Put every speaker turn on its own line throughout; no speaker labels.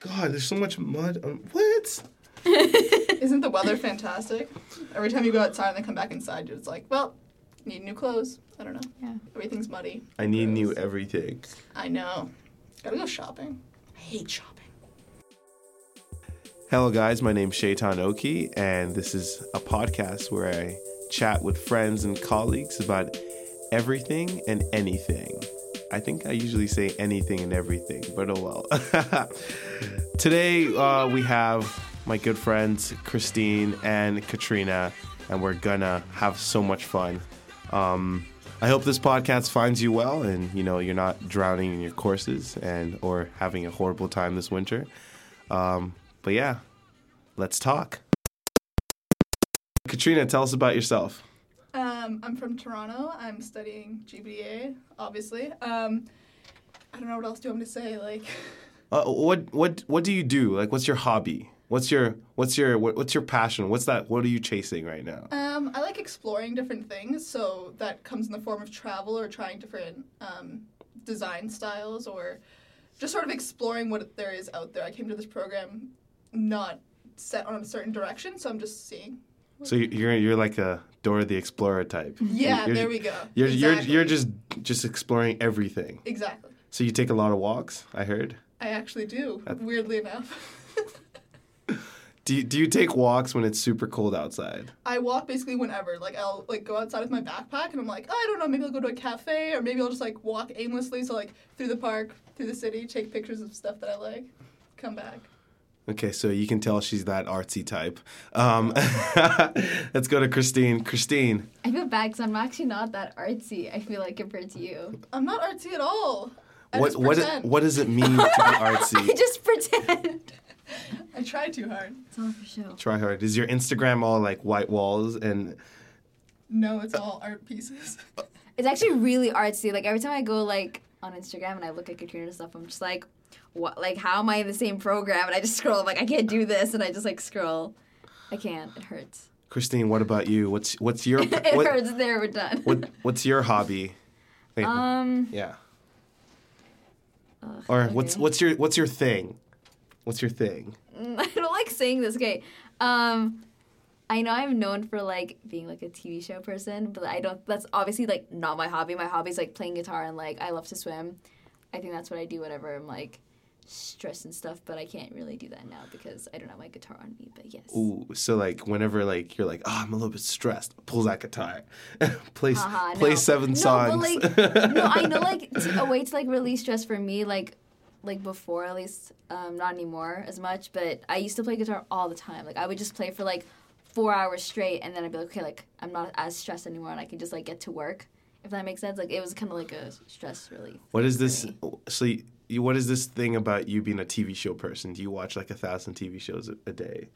God, there's so much mud. On, what?
Isn't the weather fantastic? Every time you go outside and then come back inside, you're just like, well, need new clothes. I don't know.
Yeah.
Everything's muddy.
I need new everything.
I know. Gotta go shopping. I hate shopping.
Hello, guys. My name's Shaitan Oki, and this is a podcast where I chat with friends and colleagues about everything and anything. I think I usually say anything and everything, but oh well. Today, uh, we have my good friends Christine and Katrina, and we're gonna have so much fun. Um, I hope this podcast finds you well, and you know you're not drowning in your courses and or having a horrible time this winter. Um, but yeah, let's talk. Katrina, tell us about yourself.
Um, I'm from Toronto. I'm studying GBA, obviously. Um, I don't know what else do you want me to say. Like,
Uh, what what what do you do? Like, what's your hobby? What's your what's your what, what's your passion? What's that? What are you chasing right now?
um, I like exploring different things, so that comes in the form of travel or trying different um, design styles or just sort of exploring what there is out there. I came to this program not set on a certain direction, so I'm just seeing.
So you- you're you're like a Dora the Explorer type.
Yeah,
You're-
there we go.
You're
Exactly.
you're you're just just exploring everything.
exactly.
So you take a lot of walks. I heard.
I actually do, weirdly enough.
Do you, do you take walks when it's super cold outside?
I walk basically whenever. Like I'll like go outside with my backpack and I'm like, oh, I don't know, maybe I'll go to a cafe or maybe I'll just like walk aimlessly so like through the park, through the city, take pictures of stuff that I like, come back.
Okay, so you can tell she's that artsy type. Um, let's go to Christine. Christine,
I feel bad because I'm actually not that artsy. I feel like compared to you,
I'm not artsy at all. I
what
just
what
pretend.
what does it mean to be
I
artsy?
just pretend.
I try too hard.
It's all for show.
Try hard. Is your Instagram all like white walls and
No, it's all art pieces.
It's actually really artsy. Like every time I go like on Instagram and I look at Katrina's stuff, I'm just like, what? Like how am I in the same program? And I just scroll. I'm like I can't do this, and I just like scroll. I can't. It hurts.
Christine? What about you? What's what's your
It
what,
hurts. There, we're done.
what what's your hobby? Wait,
Um.
yeah.
ugh,
Or what's
okay.
what's your what's your thing? What's your thing?
I don't like saying this. Okay. Um, I know I'm known for like being like a TV show person, but I don't. That's obviously like not my hobby. My hobby is like playing guitar and like I love to swim. I think that's what I do whenever I'm like stressed and stuff. But I can't really do that now because I don't have my guitar on me. But yes.
Ooh, so like whenever like you're like, oh, I'm a little bit stressed, pull that guitar, play s-
Haha,
play
Uh-huh, no.
seven
no,
songs.
But like, no, I know like to, a way to like release stress for me, like like before at least, um, not anymore as much. But I used to play guitar all the time. Like I would just play for like four hours straight, and then I'd be like, okay, like I'm not as stressed anymore, and I can just like get to work. If that makes sense, like it was kind of like a stress relief.
What is
for
this?
me.
So, you, what is this thing about you being a TV show person? Do you watch like a thousand TV shows a, a day?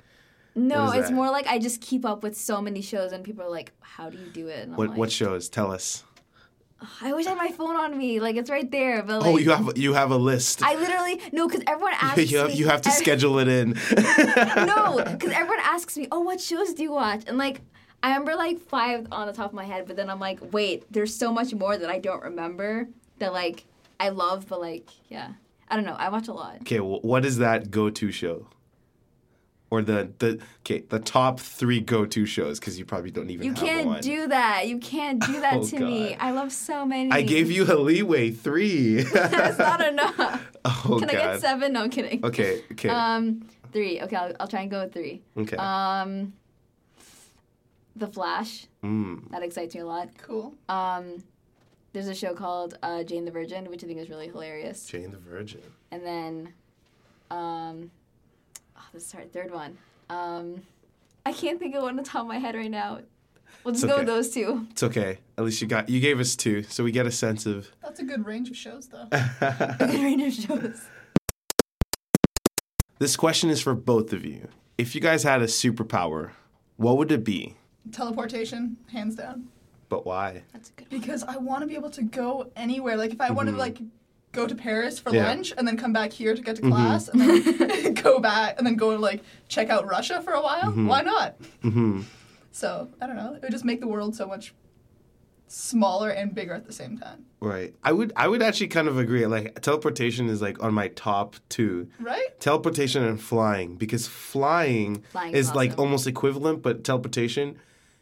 No,
what is
it's
that?
more like I just keep up with so many shows, and people are like, "How do you do it?" And I'm
What
like,
what shows? Tell us.
I wish I had my phone on me. Like it's right there, but like
oh, you have you have a list.
I literally no, because everyone asks.
you have,
me-
you have to
ev-
schedule it in.
no, because everyone asks me, "Oh, what shows do you watch?" And like, I remember like five on the top of my head, but then I'm like, wait, there's so much more that I don't remember that like I love, but like, yeah, I don't know. I watch a lot.
okay, well, what is that go to show? Or the the okay the top three go to shows because you probably don't even
You
have one.
can't do that. You can't do that
Oh,
to me.
God.
I love so many.
I gave you a leeway three.
That's not enough.
oh
Can
god.
I get seven? No, I'm kidding.
Okay, okay,
Um, three. Okay, I'll, I'll try and go with three.
okay.
Um, The Flash.
mm.
That excites me a lot.
Cool.
Um, there's a show called uh, Jane the Virgin, which I think is really hilarious.
Jane the Virgin.
And then, um, oh, this is our third one. Um, I can't think of one on the top of my head right now. We'll just
It's
go
okay.
with those two.
It's okay. At least you got you gave us two, so we get a sense of.
That's a good range of shows though.
Good range of shows.
This question is for both of you. If you guys had a superpower, what would it be?
Teleportation, hands down.
But why?
That's a good one.
Because I want to be able to go anywhere. Like if I want to like go to Paris for
Mm-hmm. Yeah. Mm-hmm.
lunch and then come back here to get to class and then go back and then go and like check out Russia
Mm-hmm.
for a while, why not?
hmm
So I don't know. It would just make the world so much smaller and bigger at the same time.
Right. I would I would actually kind of agree. Like teleportation is like on my top two.
Right?
Teleportation and flying because flying,
Flying's
is like
awesome.
almost equivalent, but teleportation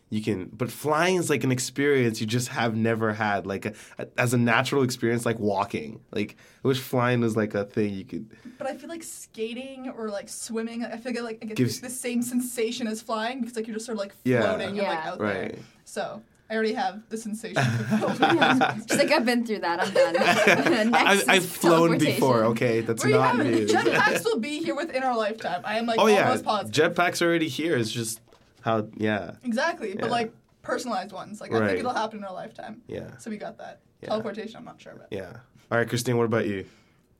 you can but flying is like an experience you just have never had like a, as a natural experience like walking. Like I wish flying was like a thing you could
But I feel like skating or like swimming, I feel like I get
Gives-
the same sensation as flying because like you're just sort of like
Yeah.
floating and like
Yeah.
out
right.
there. So I already have the sensation. of floating.
She's like, I've been through that. I'm done.
I,
Next
I've
is
flown
teleportation.
before, okay? That's
Where you
not
have
new.
it. Jetpacks will be here within our lifetime. I am like
oh
almost
yeah,
positive.
jetpacks are already here. It's just how yeah,
exactly,
Yeah.
but like personalized ones. Like I
Right.
think it'll happen in our lifetime.
yeah,
So we got that.
Yeah.
Teleportation, I'm not sure about.
yeah. All right, Christine, what about you?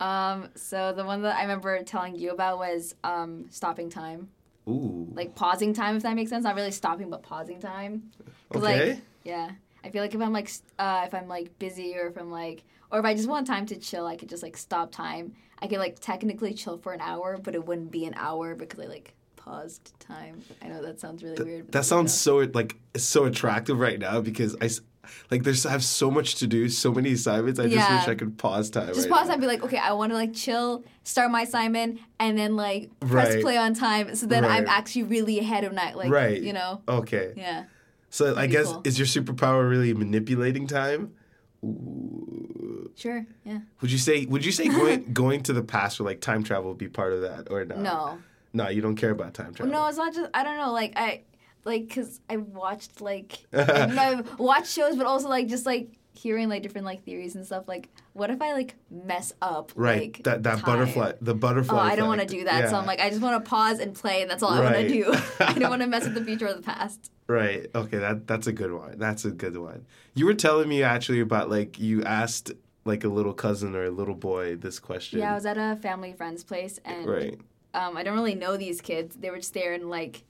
Um, so the one that I remember telling you about was um stopping time,
Ooh,
like pausing time, if that makes sense. Not really stopping, but pausing time. 'Cause, like,
okay,
Yeah, I feel like if I'm like s- uh, if I'm like busy or if I'm like or if I just want time to chill, I could just like stop time. I could like technically chill for an hour, but it wouldn't be an hour because I like paused time. I know that sounds really weird. but
that
that's what
sounds so like so attractive right now because I s- like there's I have so much to do, so many assignments. I
Yeah.
just wish I could pause time.
Just
right
pause
now.
and be like, okay, I want to like chill, start my assignment, and then like press
Right.
play on time, so then I'm
Right.
actually really ahead of night, like
Right.
you know,
Okay,
yeah.
so I
be
guess
cool.
is your superpower really manipulating time?
Sure. Yeah.
Would you say Would you say going going to the past or like time travel would be part of that or not?
No.
no, you don't care about time travel.
No, it's not just. I don't know. Like I, like because I watched like I watched shows, but also like just like hearing like different like theories and stuff. Like, what if I like mess up?
Right,
Like,
that that
time?
butterfly, the butterfly.
Oh, I don't want to
effect.
do that. So
Yeah.
I'm like, I just want to pause and play. And that's all I want
Right.
to do. I don't want to mess with the future or the past.
Right. Okay. That that's a good one. That's a good one. You were telling me actually about like you asked like a little cousin or a little boy this question.
Yeah, I was at a family friend's place, and
right.
um, I don't really know these kids. They were just there and like.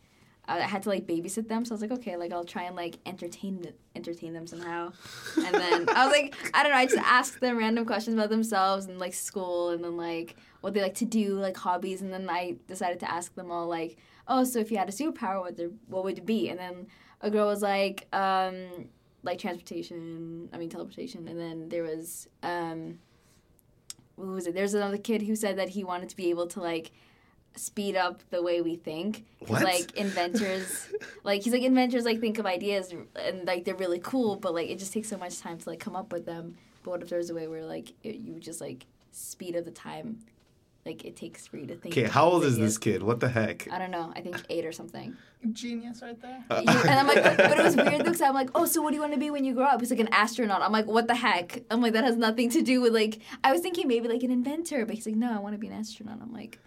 uh, I had to like babysit them, so I was like, okay, like I'll try and like entertain entertain them somehow. And then I was like, I don't know, I just asked them random questions about themselves and like school and then like what they like to do, like hobbies. And then I decided to ask them all like, oh, so if you had a superpower, what there, what would it be? And then a girl was like, um, like transportation. I mean teleportation. And then there was um, what was it? There's another kid who said that he wanted to be able to like speed up the way we think. 'Cause,
What?
Like inventors, like he's like inventors like think of ideas and like they're really cool, but like it just takes so much time to like come up with them. But what if there's a way where like it, you just like speed up the time, like it takes for you to think.
Okay. How old is
ideas.
this kid? What the heck?
I don't know. I think eight or something.
It. Genius right there.
Uh,
and I'm like, but it was weird though, because I'm like, oh, so what do you want to be when you grow up? He's like an astronaut. I'm like, what the heck? I'm like, that has nothing to do with like. I was thinking maybe like an inventor, but he's like, no, I want to be an astronaut. I'm like,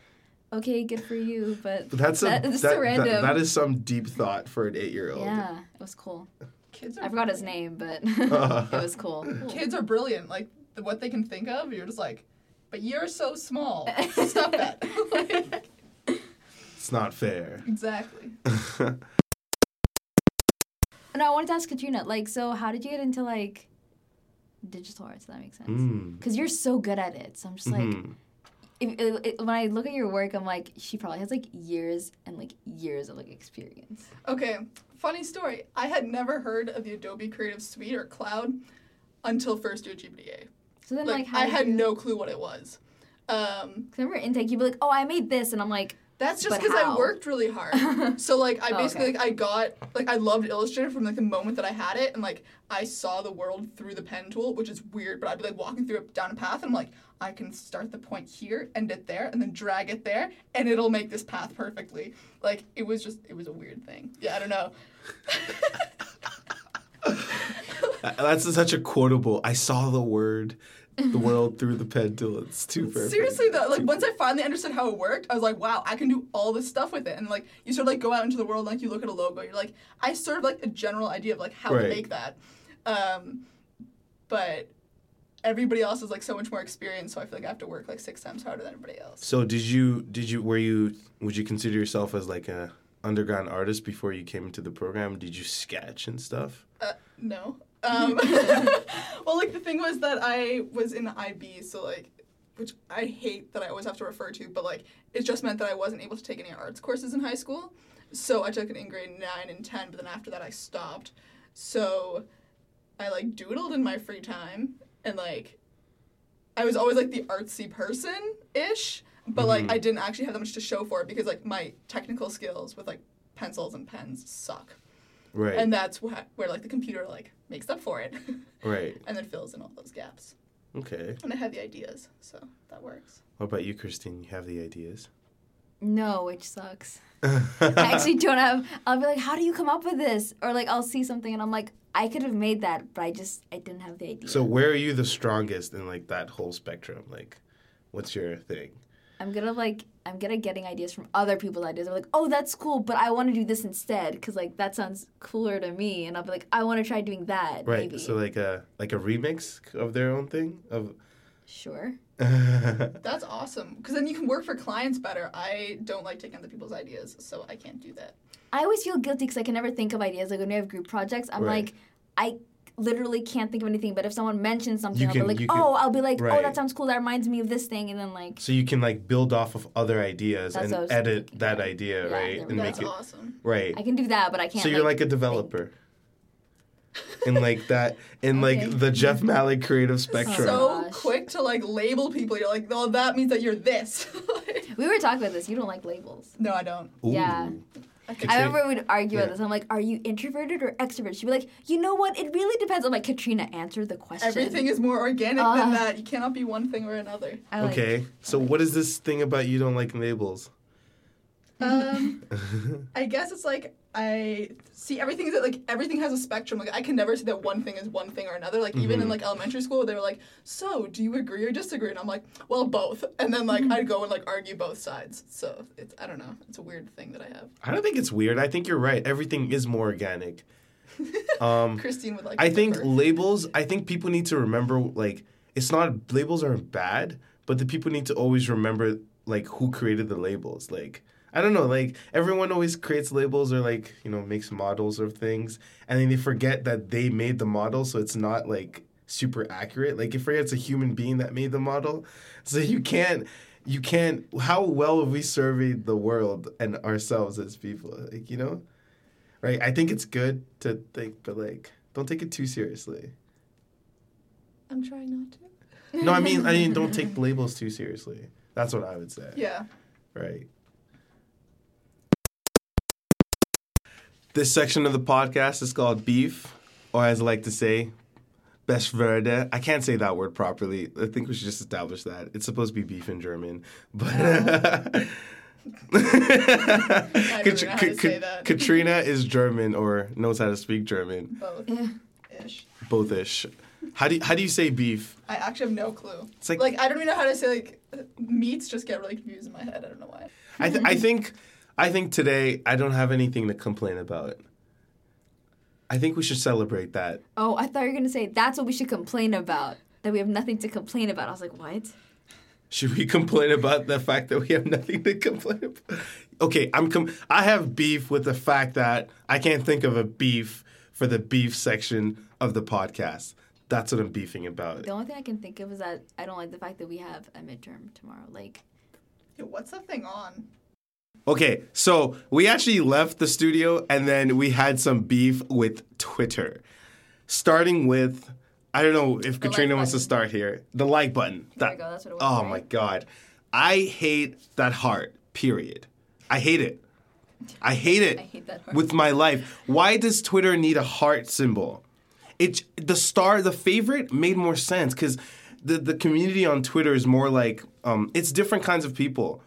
okay, good for you, but
That's a that,
that- this is
that-
random.
that is some deep thought for an eight year old.
yeah, it was cool.
Kids are
I forgot his name, but it was cool.
Kids are brilliant. Like the, what they can think of, you're just like, but you're so small. Stop that. Like,
It's not fair. Hmm.
exactly.
No, I wanted to ask Katrina, like, so how did you get into like digital arts? If that makes sense.
Mm.
Because you're so good at it, so I'm just like,
Mhm.
if, if, if- when I look at your work, I'm like, she probably has like years and like years of like experience.
Okay, funny story. I had never heard of the Adobe Creative Suite or Cloud until first year GPDA.
So then, like,
Like,
how
I
did
had
you-
no clue what it was. Um,
Cause remember intake, you'd be like, "Oh, I made this," and I'm like,
That's just
But
because I
how?
worked really hard. so like I
Oh,
basically
okay.
like I got like I loved Illustrator from like the moment that I had it and like I saw the world through the pen tool, which is weird, but I'd be like walking through a down a path and I'm like, I can start the point here, end it there, and then drag it there, and it'll make this path perfectly. Like it was just it was a weird thing. Yeah, I don't know.
Uh, That's such a quotable. I saw the word, the world through the pen tool. It's too perfect.
Seriously though, like once I finally understood how it worked, I was like, wow, I can do all this stuff with it. And like you sort of like go out into the world, like you look at a logo, you're like, I sort of like a general idea of like how
Right.
to make that. Um, but everybody else is like so much more experienced, so I feel like I have to work like six times harder than everybody else.
So did you did you were you would you consider yourself as like a underground artist before you came into the program? Did you sketch and stuff?
Uh, no. Um, well, like the thing was that I was in IB, so like, which I hate that I always have to refer to, but like, it just meant that I wasn't able to take any arts courses in high school. So I took it in grade nine and ten, but then after that I stopped. So I like doodled in my free time and like I was always like the artsy person ish, but like I didn't actually have that much to show for it because like my technical skills with like pencils and pens suck.
Right.
And that's where, where like the computer like makes up for it
right.
and then fills in all those gaps.
Okay.
And I had the ideas, so that works.
What about you, Christine? You have the ideas.
No, which sucks. I actually don't have. I'll be like, how do you come up with this? Or like, I'll see something and I'm like, I could have made that, but I just I didn't have the idea.
so where are you the strongest in like that whole spectrum? Like, what's your thing?
I'm gonna like I'm gonna getting ideas from other people's ideas. I'm like, oh, that's cool, but I want to do this instead because like that sounds cooler to me, and I'll be like, I want to try doing that.
Right.
Maybe.
So like a like a remix of their own thing of.
sure.
That's awesome because then you can work for clients better. I don't like taking other people's ideas, so I can't do that.
I always feel guilty because I can never think of ideas. Like when we have group projects, I'm
Right.
like, I literally can't think of anything. But if someone mentions something,
You
I'll
can-
be like,
you can-
oh, I'll be like, oh,
Right.
that sounds cool. That reminds me of this thing, and then like,
so you can like build off of other ideas
That's what I
and
was
edit
thinking,
that
yeah.
idea,
Yeah,
right?
there
And
we
make
That's
it
awesome.
right.
I can do that, but I can't.
So you're like a developer. And like that, in
Okay.
like the Jeff Malik creative spectrum.
So
Gosh.
quick to like label people. You're like, oh, that means that you're this. Like,
we were talking about this. You don't like labels.
no, I don't.
yeah.
Katrina-
I remember we'd argue
Yeah.
about this. I'm like, are you introverted or extroverted? She'd be like, you know what? It really depends. I'm like, Katrina, answer the question.
Everything is more organic
Ah.
than that. You cannot be one thing or another.
I like-
okay. So what is this thing about you don't like labels?
Um, I guess it's like I see everything is like everything has a spectrum. Like I can never say that one thing is one thing or another. Like even
Mm-hmm.
in like elementary school, they were like, "So, do you agree or disagree?" And I'm like, "Well, both." And then like
Mm-hmm.
I'd go and like argue both sides. So it's I don't know. It's a weird thing that I have.
I don't think it's weird. I think you're right. Everything is more organic. Um,
Christine would like.
I think
differ.
labels. I think people need to remember like it's not labels aren't bad, but the people need to always remember like who created the labels. Like I don't know, like everyone always creates labels or like you know makes models of things, and then they forget that they made the model, so it's not like super accurate. Like it forgets a human being that made the model, so you can't. You can't. How well have we surveyed the world and ourselves as people? Like you know right? I think it's good to think, but like, don't take it too seriously.
I'm trying not to.
No, I mean, I mean, don't take labels too seriously. That's what I would say,
Yeah.
right? This section of the podcast is called beef, or as I like to say, best verde. I can't say that word properly. I think we should just establish that it's supposed to be beef in German, but.
Oh. I don't even know how to say that.
Katrina is German or knows how to speak German.
Both. Ish.
Bothish. How do you, how do you say beef?
I actually have no clue.
It's like,
Like I don't even know how to say like meats. Just get really confused in my head. I don't know why.
I, th- I think I think today I don't have anything to complain about. I think we should celebrate that.
Oh, I thought you were gonna say that's what we should complain about. That we have nothing to complain about. I was like, what?
Should we complain about the fact that we have nothing to complain about? Okay, I'm com- I have beef with the fact that I can't think of a beef for the beef section of the podcast. That's what I'm beefing about.
The only thing I can think of is that I don't like the fact that we have a midterm tomorrow. Like,
Yo, what's that thing on?
Okay, so we actually left the studio and then we had some beef with Twitter. Starting with, I don't know if Katrina
like
wants to
button.
start here. The like button.
There we go, that's what it was,
Oh
right?
my God. I hate that heart, period. I hate it. I hate it
I hate that heart.
with my life. Why does Twitter need a heart symbol? It the star, the favorite made more sense because the the community on Twitter is more like um, it's different kinds of people.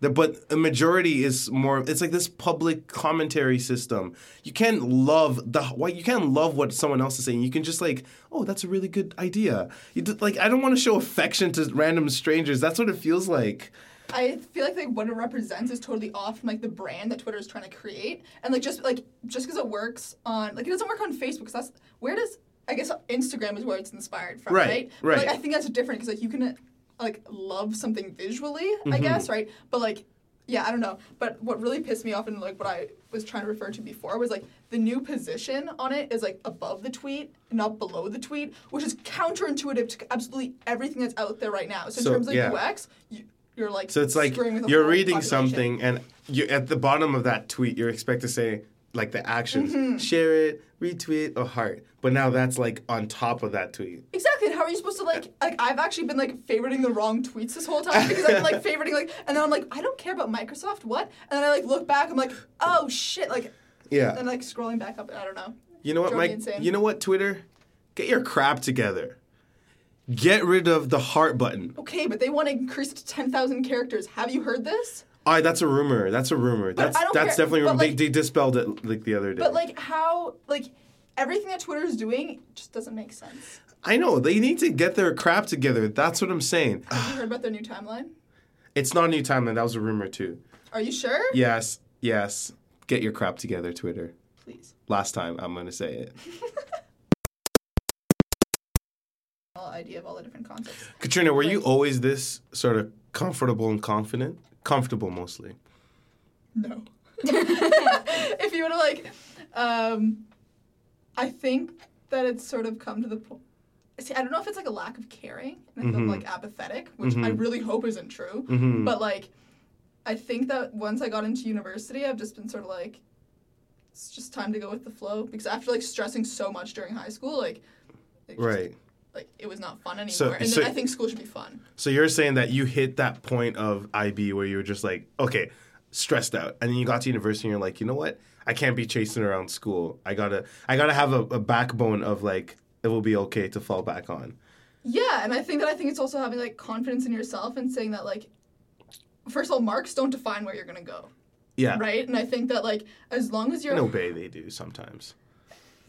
The, but a majority is more. It's like this public commentary system. You can't love the why. You can't love what someone else is saying. You can just like, oh, that's a really good idea. You d- like, I don't want to show affection to random strangers. That's what it feels like.
I feel like like what it represents is totally off from like the brand that Twitter is trying to create, and like just like just because it works on like it doesn't work on Facebook because that's where does I guess Instagram is where it's inspired from,
Right,
right? But,
right.
Like I think that's different because like you can uh, like love something visually,
Mm-hmm.
I guess, right? But like yeah, I don't know. But what really pissed me off and like what I was trying to refer to before was like the new position on it is like above the tweet, not below the tweet, which is counterintuitive to absolutely everything that's out there right now. So,
So,
in terms of
yeah.
UX, you, you're like
So it's like
screwing with the
you're
whole
reading
population.
something, and you at the bottom of that tweet, you're expected to say like the actions.
Mm-hmm.
Share it, retweet, or heart. But now that's like on top of that tweet.
Exactly. and How are you supposed to like? Like I've actually been like favoriting the wrong tweets this whole time because I've been like favoriting like, and then I'm like, I don't care about Microsoft. What? And then I like look back. I'm like, oh shit. Like,
Yeah.
and like scrolling back up. I don't know.
You know what,
Drove me
Mike?
insane.
You know what, Twitter? Get your crap together. Get rid of the heart button.
Okay, but they want to increase it to ten thousand characters. Have you heard this?
All right, that's a rumor. That's a rumor. that's
I don't
that's
care.
definitely a
But,
rumor.
like-
they, they dispelled it like the other day.
But like how like everything that Twitter is doing just doesn't make sense.
I know they need to get their crap together. That's what I'm saying.
Have you heard about their new timeline?
It's not a new timeline. That was a rumor too.
Are you sure?
Yes, yes. Get your crap together, Twitter.
Please.
Last time I'm gonna say it.
All idea of all the different concepts.
Katrina, were you always this sort of comfortable and confident? Comfortable mostly.
No. if you were to like, um, I think that it's sort of come to the point. See, I don't know if it's like a lack of caring, and if
Mm-hmm.
I'm like apathetic, which I really hope isn't true. But like, I think that once I got into university, I've just been sort of like, it's just time to go with the flow because after like stressing so much during high school, like, it just-
Right.
like it was not fun anymore.
So-
and
so-
then I think school should be fun.
So you're saying that you hit that point of IB where you were just like, okay, stressed out, and then you got to university and you're like, you know what? I can't be chasing around school. I gotta, I gotta have a, a backbone of like, it will be okay to fall back on.
Yeah, and I think that I think it's also having like confidence in yourself and saying that like first of all, marks don't define where you're gonna go.
Yeah.
Right? And I think that like as long as you're
And obey they do sometimes.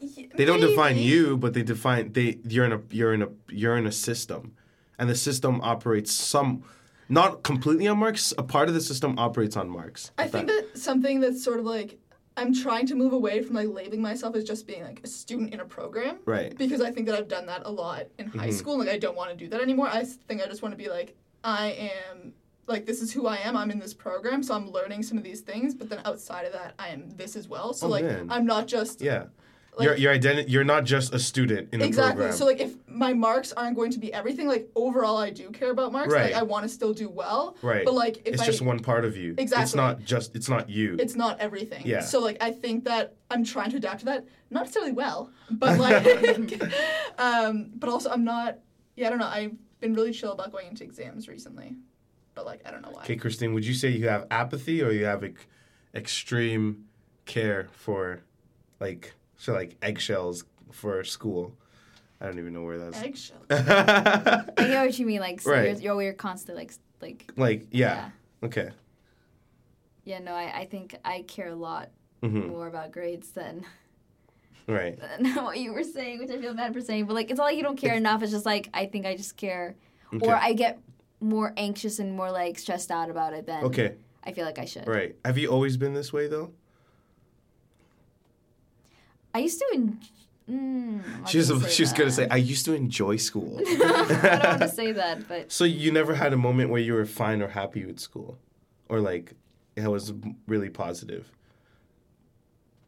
Y-
They don't define
maybe.
you, but they define they. You're in a you're in a you're in a system, and the system operates some, not completely on marks. A part of the system operates on marks.
I think that something that's sort of like I'm trying to move away from like labeling myself as just being like a student in a program.
Right. Mm-hmm.
Because I think that I've done that a lot in high school. Like I don't want to do that anymore. I s- think I just want to be like I am like this is who I am. I'm in this program, so I'm learning some of these things. But then outside of that, I am this as well. So
Oh,
like
man.
I'm not just
yeah.
like-
your your identity. You're not just a student in a
Exactly.
program.
So like if my marks aren't going to be everything, like overall I do care about marks.
Right.
Like I want to still do well.
right.
But like if
it's
I
just one part of you. It's
Exactly.
not just. It's not you.
it's not everything.
Yeah.
So like I think that I'm trying to adapt to that. Not necessarily well, but like um but also I'm not yeah, I don't know. I've been really chill about going into exams recently. But like I don't know why.
okay, Christine. Would you say you have apathy or you have ec- extreme care for, like, so like eggshells for school? I don't even know where that's.
Eggshell.
I get what you mean. Like, so
Right.
you're, you're, you're constantly like, s- like,
like yeah. Okay.
yeah, no, I, I think I care a lot
Mhm.
more about grades than,
Right.
than what you were saying, which I feel bad for saying. But like, it's not like you don't care enough. It's just like I think I just care,
Okay.
or I get more anxious and more like stressed out about it than
Okay.
I feel like I should.
Right. Have you always been this way though?
I used to. En- mm, I'm not
She was
gonna say
she was gonna
that.
say I used to enjoy school.
I don't want to say that, but
so you never had a moment where you were fine or happy with school, or like it was really positive.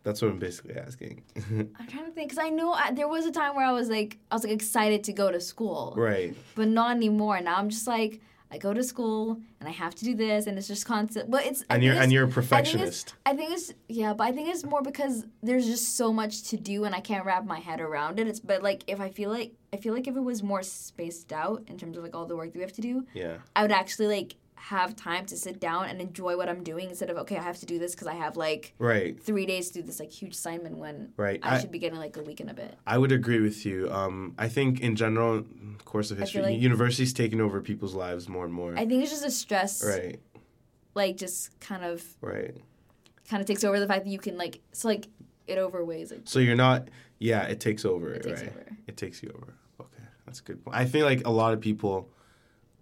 That's what I'm basically asking.
I'm trying to think because I know I, there was a time where I was like, I was like excited to go to school,
right.
but not anymore. Now I'm just like, I go to school and I have to do this, and it's just constant. But it's I
And
think
you're
it's-
and you're a
I think it's-
perfectionist.
I think it's yeah, but I think it's more because there's just so much to do and I can't wrap my head around it. It's but like if I feel like I feel like if it was more spaced out in terms of like all the work that we have to do,
Yeah.
I would actually like have time to sit down and enjoy what I'm doing instead of okay, I have to do this because I have like
Right.
three days to do this like huge assignment when
Right.
I,
I-
should be getting like a week and a bit.
I would agree with you. Um, I think in general, course of history,
like-
university's taking over people's lives more and more.
I think it's just a stress,
right.
like just kind of
Right.
kind of takes over the fact that you can like so like it overweighs it.
So you're not. Yeah, it takes over.
It takes
right.
over.
It takes you over. Okay, that's a good. Point. I feel like a lot of people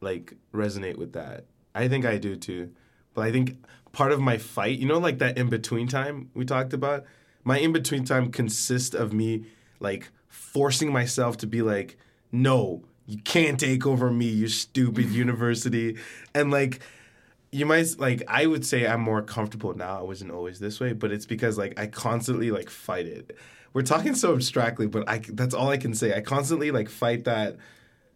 like resonate with that. I think I do too. But I think part of my fight, you know, like that in between time we talked about, my in between time consists of me like forcing myself to be like, no, you can't take over me, you stupid university. And like, you might s- like I would say I'm more comfortable now. I wasn't always this way, but it's because like I constantly like fight it. We're talking so abstractly, but I c- that's all I can say. I constantly like fight that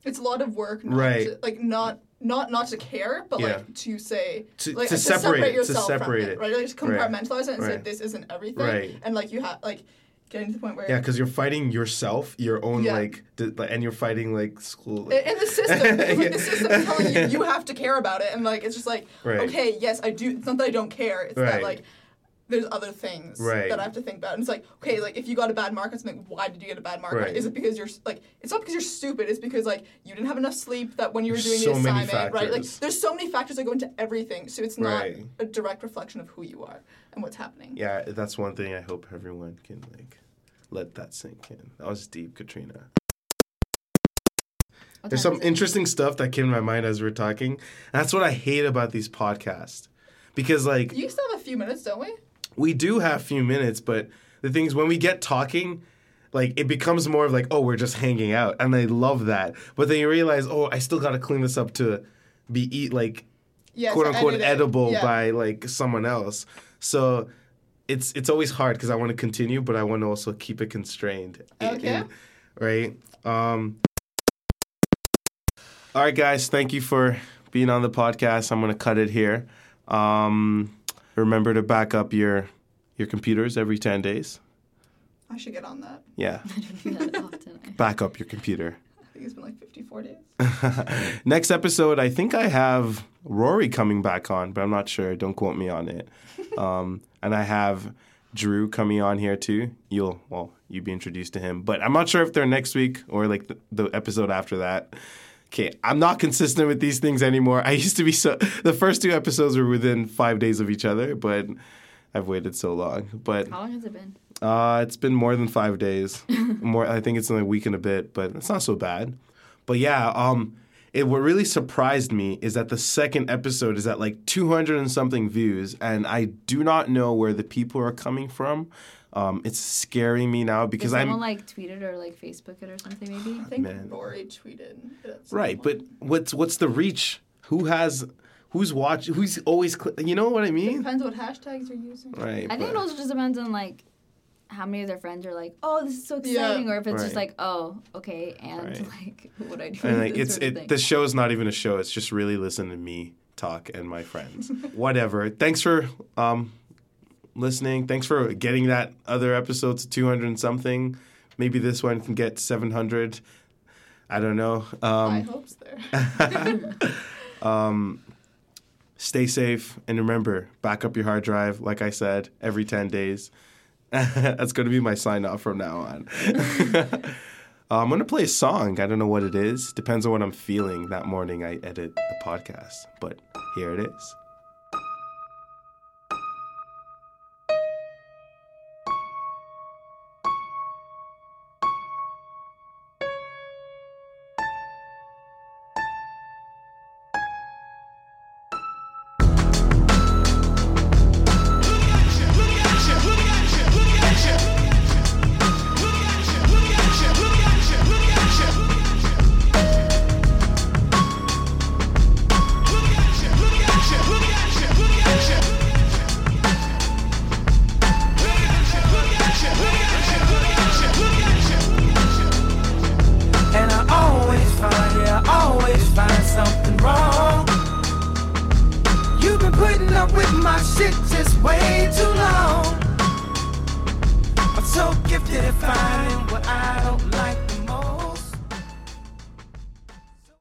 It's a lot of work not
Right.
to- like not not not to care, but
Yeah.
like to say
To-
like,
to separate it, to
yourself
separate
from it,
it.
right? Like just
Right.
compartmentalize it and say
Right.
this isn't everything,
Right.
and like you have like getting to the point where
Yeah, because you're fighting yourself, your own
Yeah.
like, di- like, and you're fighting like school.
And- And the system, it's
Yeah.
like the system is telling you you have to care about it, and like it's just like
Right.
okay, yes, I do. It's not that I don't care. It's
Right.
that like there's other things
Right.
that I have to think about. And it's like okay, like if you got a bad mark on something, why did you get a bad mark? on it?
Right.
Is it because you're s- like it's not because you're stupid. It's because like you didn't have enough sleep that when you were
There's so
doing the
many
assignment, right? Like
factors.
there's so many factors that go into everything, so it's not
Right.
a direct reflection of who you are and what's happening.
yeah, that's one thing I hope everyone can like let that sink in. That was deep, Katrina.
What
There's some
time is it?
interesting stuff that came to my mind as we are talking. That's what I hate about these podcasts. Because like
You still have a few minutes, don't we?
we do have few minutes, but the thing is when we get talking, like it becomes more of like, oh, we're just hanging out. And I love that. But then you realize, oh, I still gotta clean this up to be eat like
Yes,
quote unquote edible
yeah.
by like someone else. So it's it's always hard because I want to continue, but I want to also keep it constrained. in-
Okay.
in- right. Um, all right, guys. Thank you for being on the podcast. I'm gonna cut it here. Um, remember to back up your your computers every 10 days.
I should get on that.
Yeah,
I don't do that often. I-
back up your computer.
I think it's been like 54 days.
Next episode, I think I have Rory coming back on, but I'm not sure. Don't quote me on it. Um, and I have Drew coming on here too. You'll well, you'll be introduced to him, but I'm not sure if they're next week or like the, the episode after that. Okay, I'm not consistent with these things anymore. I used to be so. The first two episodes were within five days of each other, but I've waited so long. But
How long has it been?
uh, it's been more than five days. more, I think it's only a week and a bit, but it's not so bad. But yeah, um, it what really surprised me is that the second episode is at like 200 and something views, and I do not know where the people are coming from. Um, it's scaring me now
Did
because
someone
I'm
like tweeted or like Facebook it or something maybe?
I think
Man.
Rory tweeted. it at some
right. But
point.
what's what's the reach? Who has who's watch? Who's always? Cl- you know what I mean?
depends what hashtags you're using.
Right.
I think it
but-
also just depends on like how many of their friends are like, oh, this is so
Yeah.
exciting, or if it's just
Right.
like, oh, okay, and
Right.
like what do I do.
and
with
like
this
it's
sort of
it
thing?
the show is not even a show it's just really listen to me talk and my friends whatever thanks for um listening thanks for getting that other episode to 200 and something maybe this one can get 700 i don't know
My
um,
hopes there.
um stay safe and remember back up your hard drive like i said every 10 days that's going to be my sign off from now on Uh, I'm gonna play a song. I don't know what it is. Depends on what I'm feeling that morning. I edit the podcast, but here it is.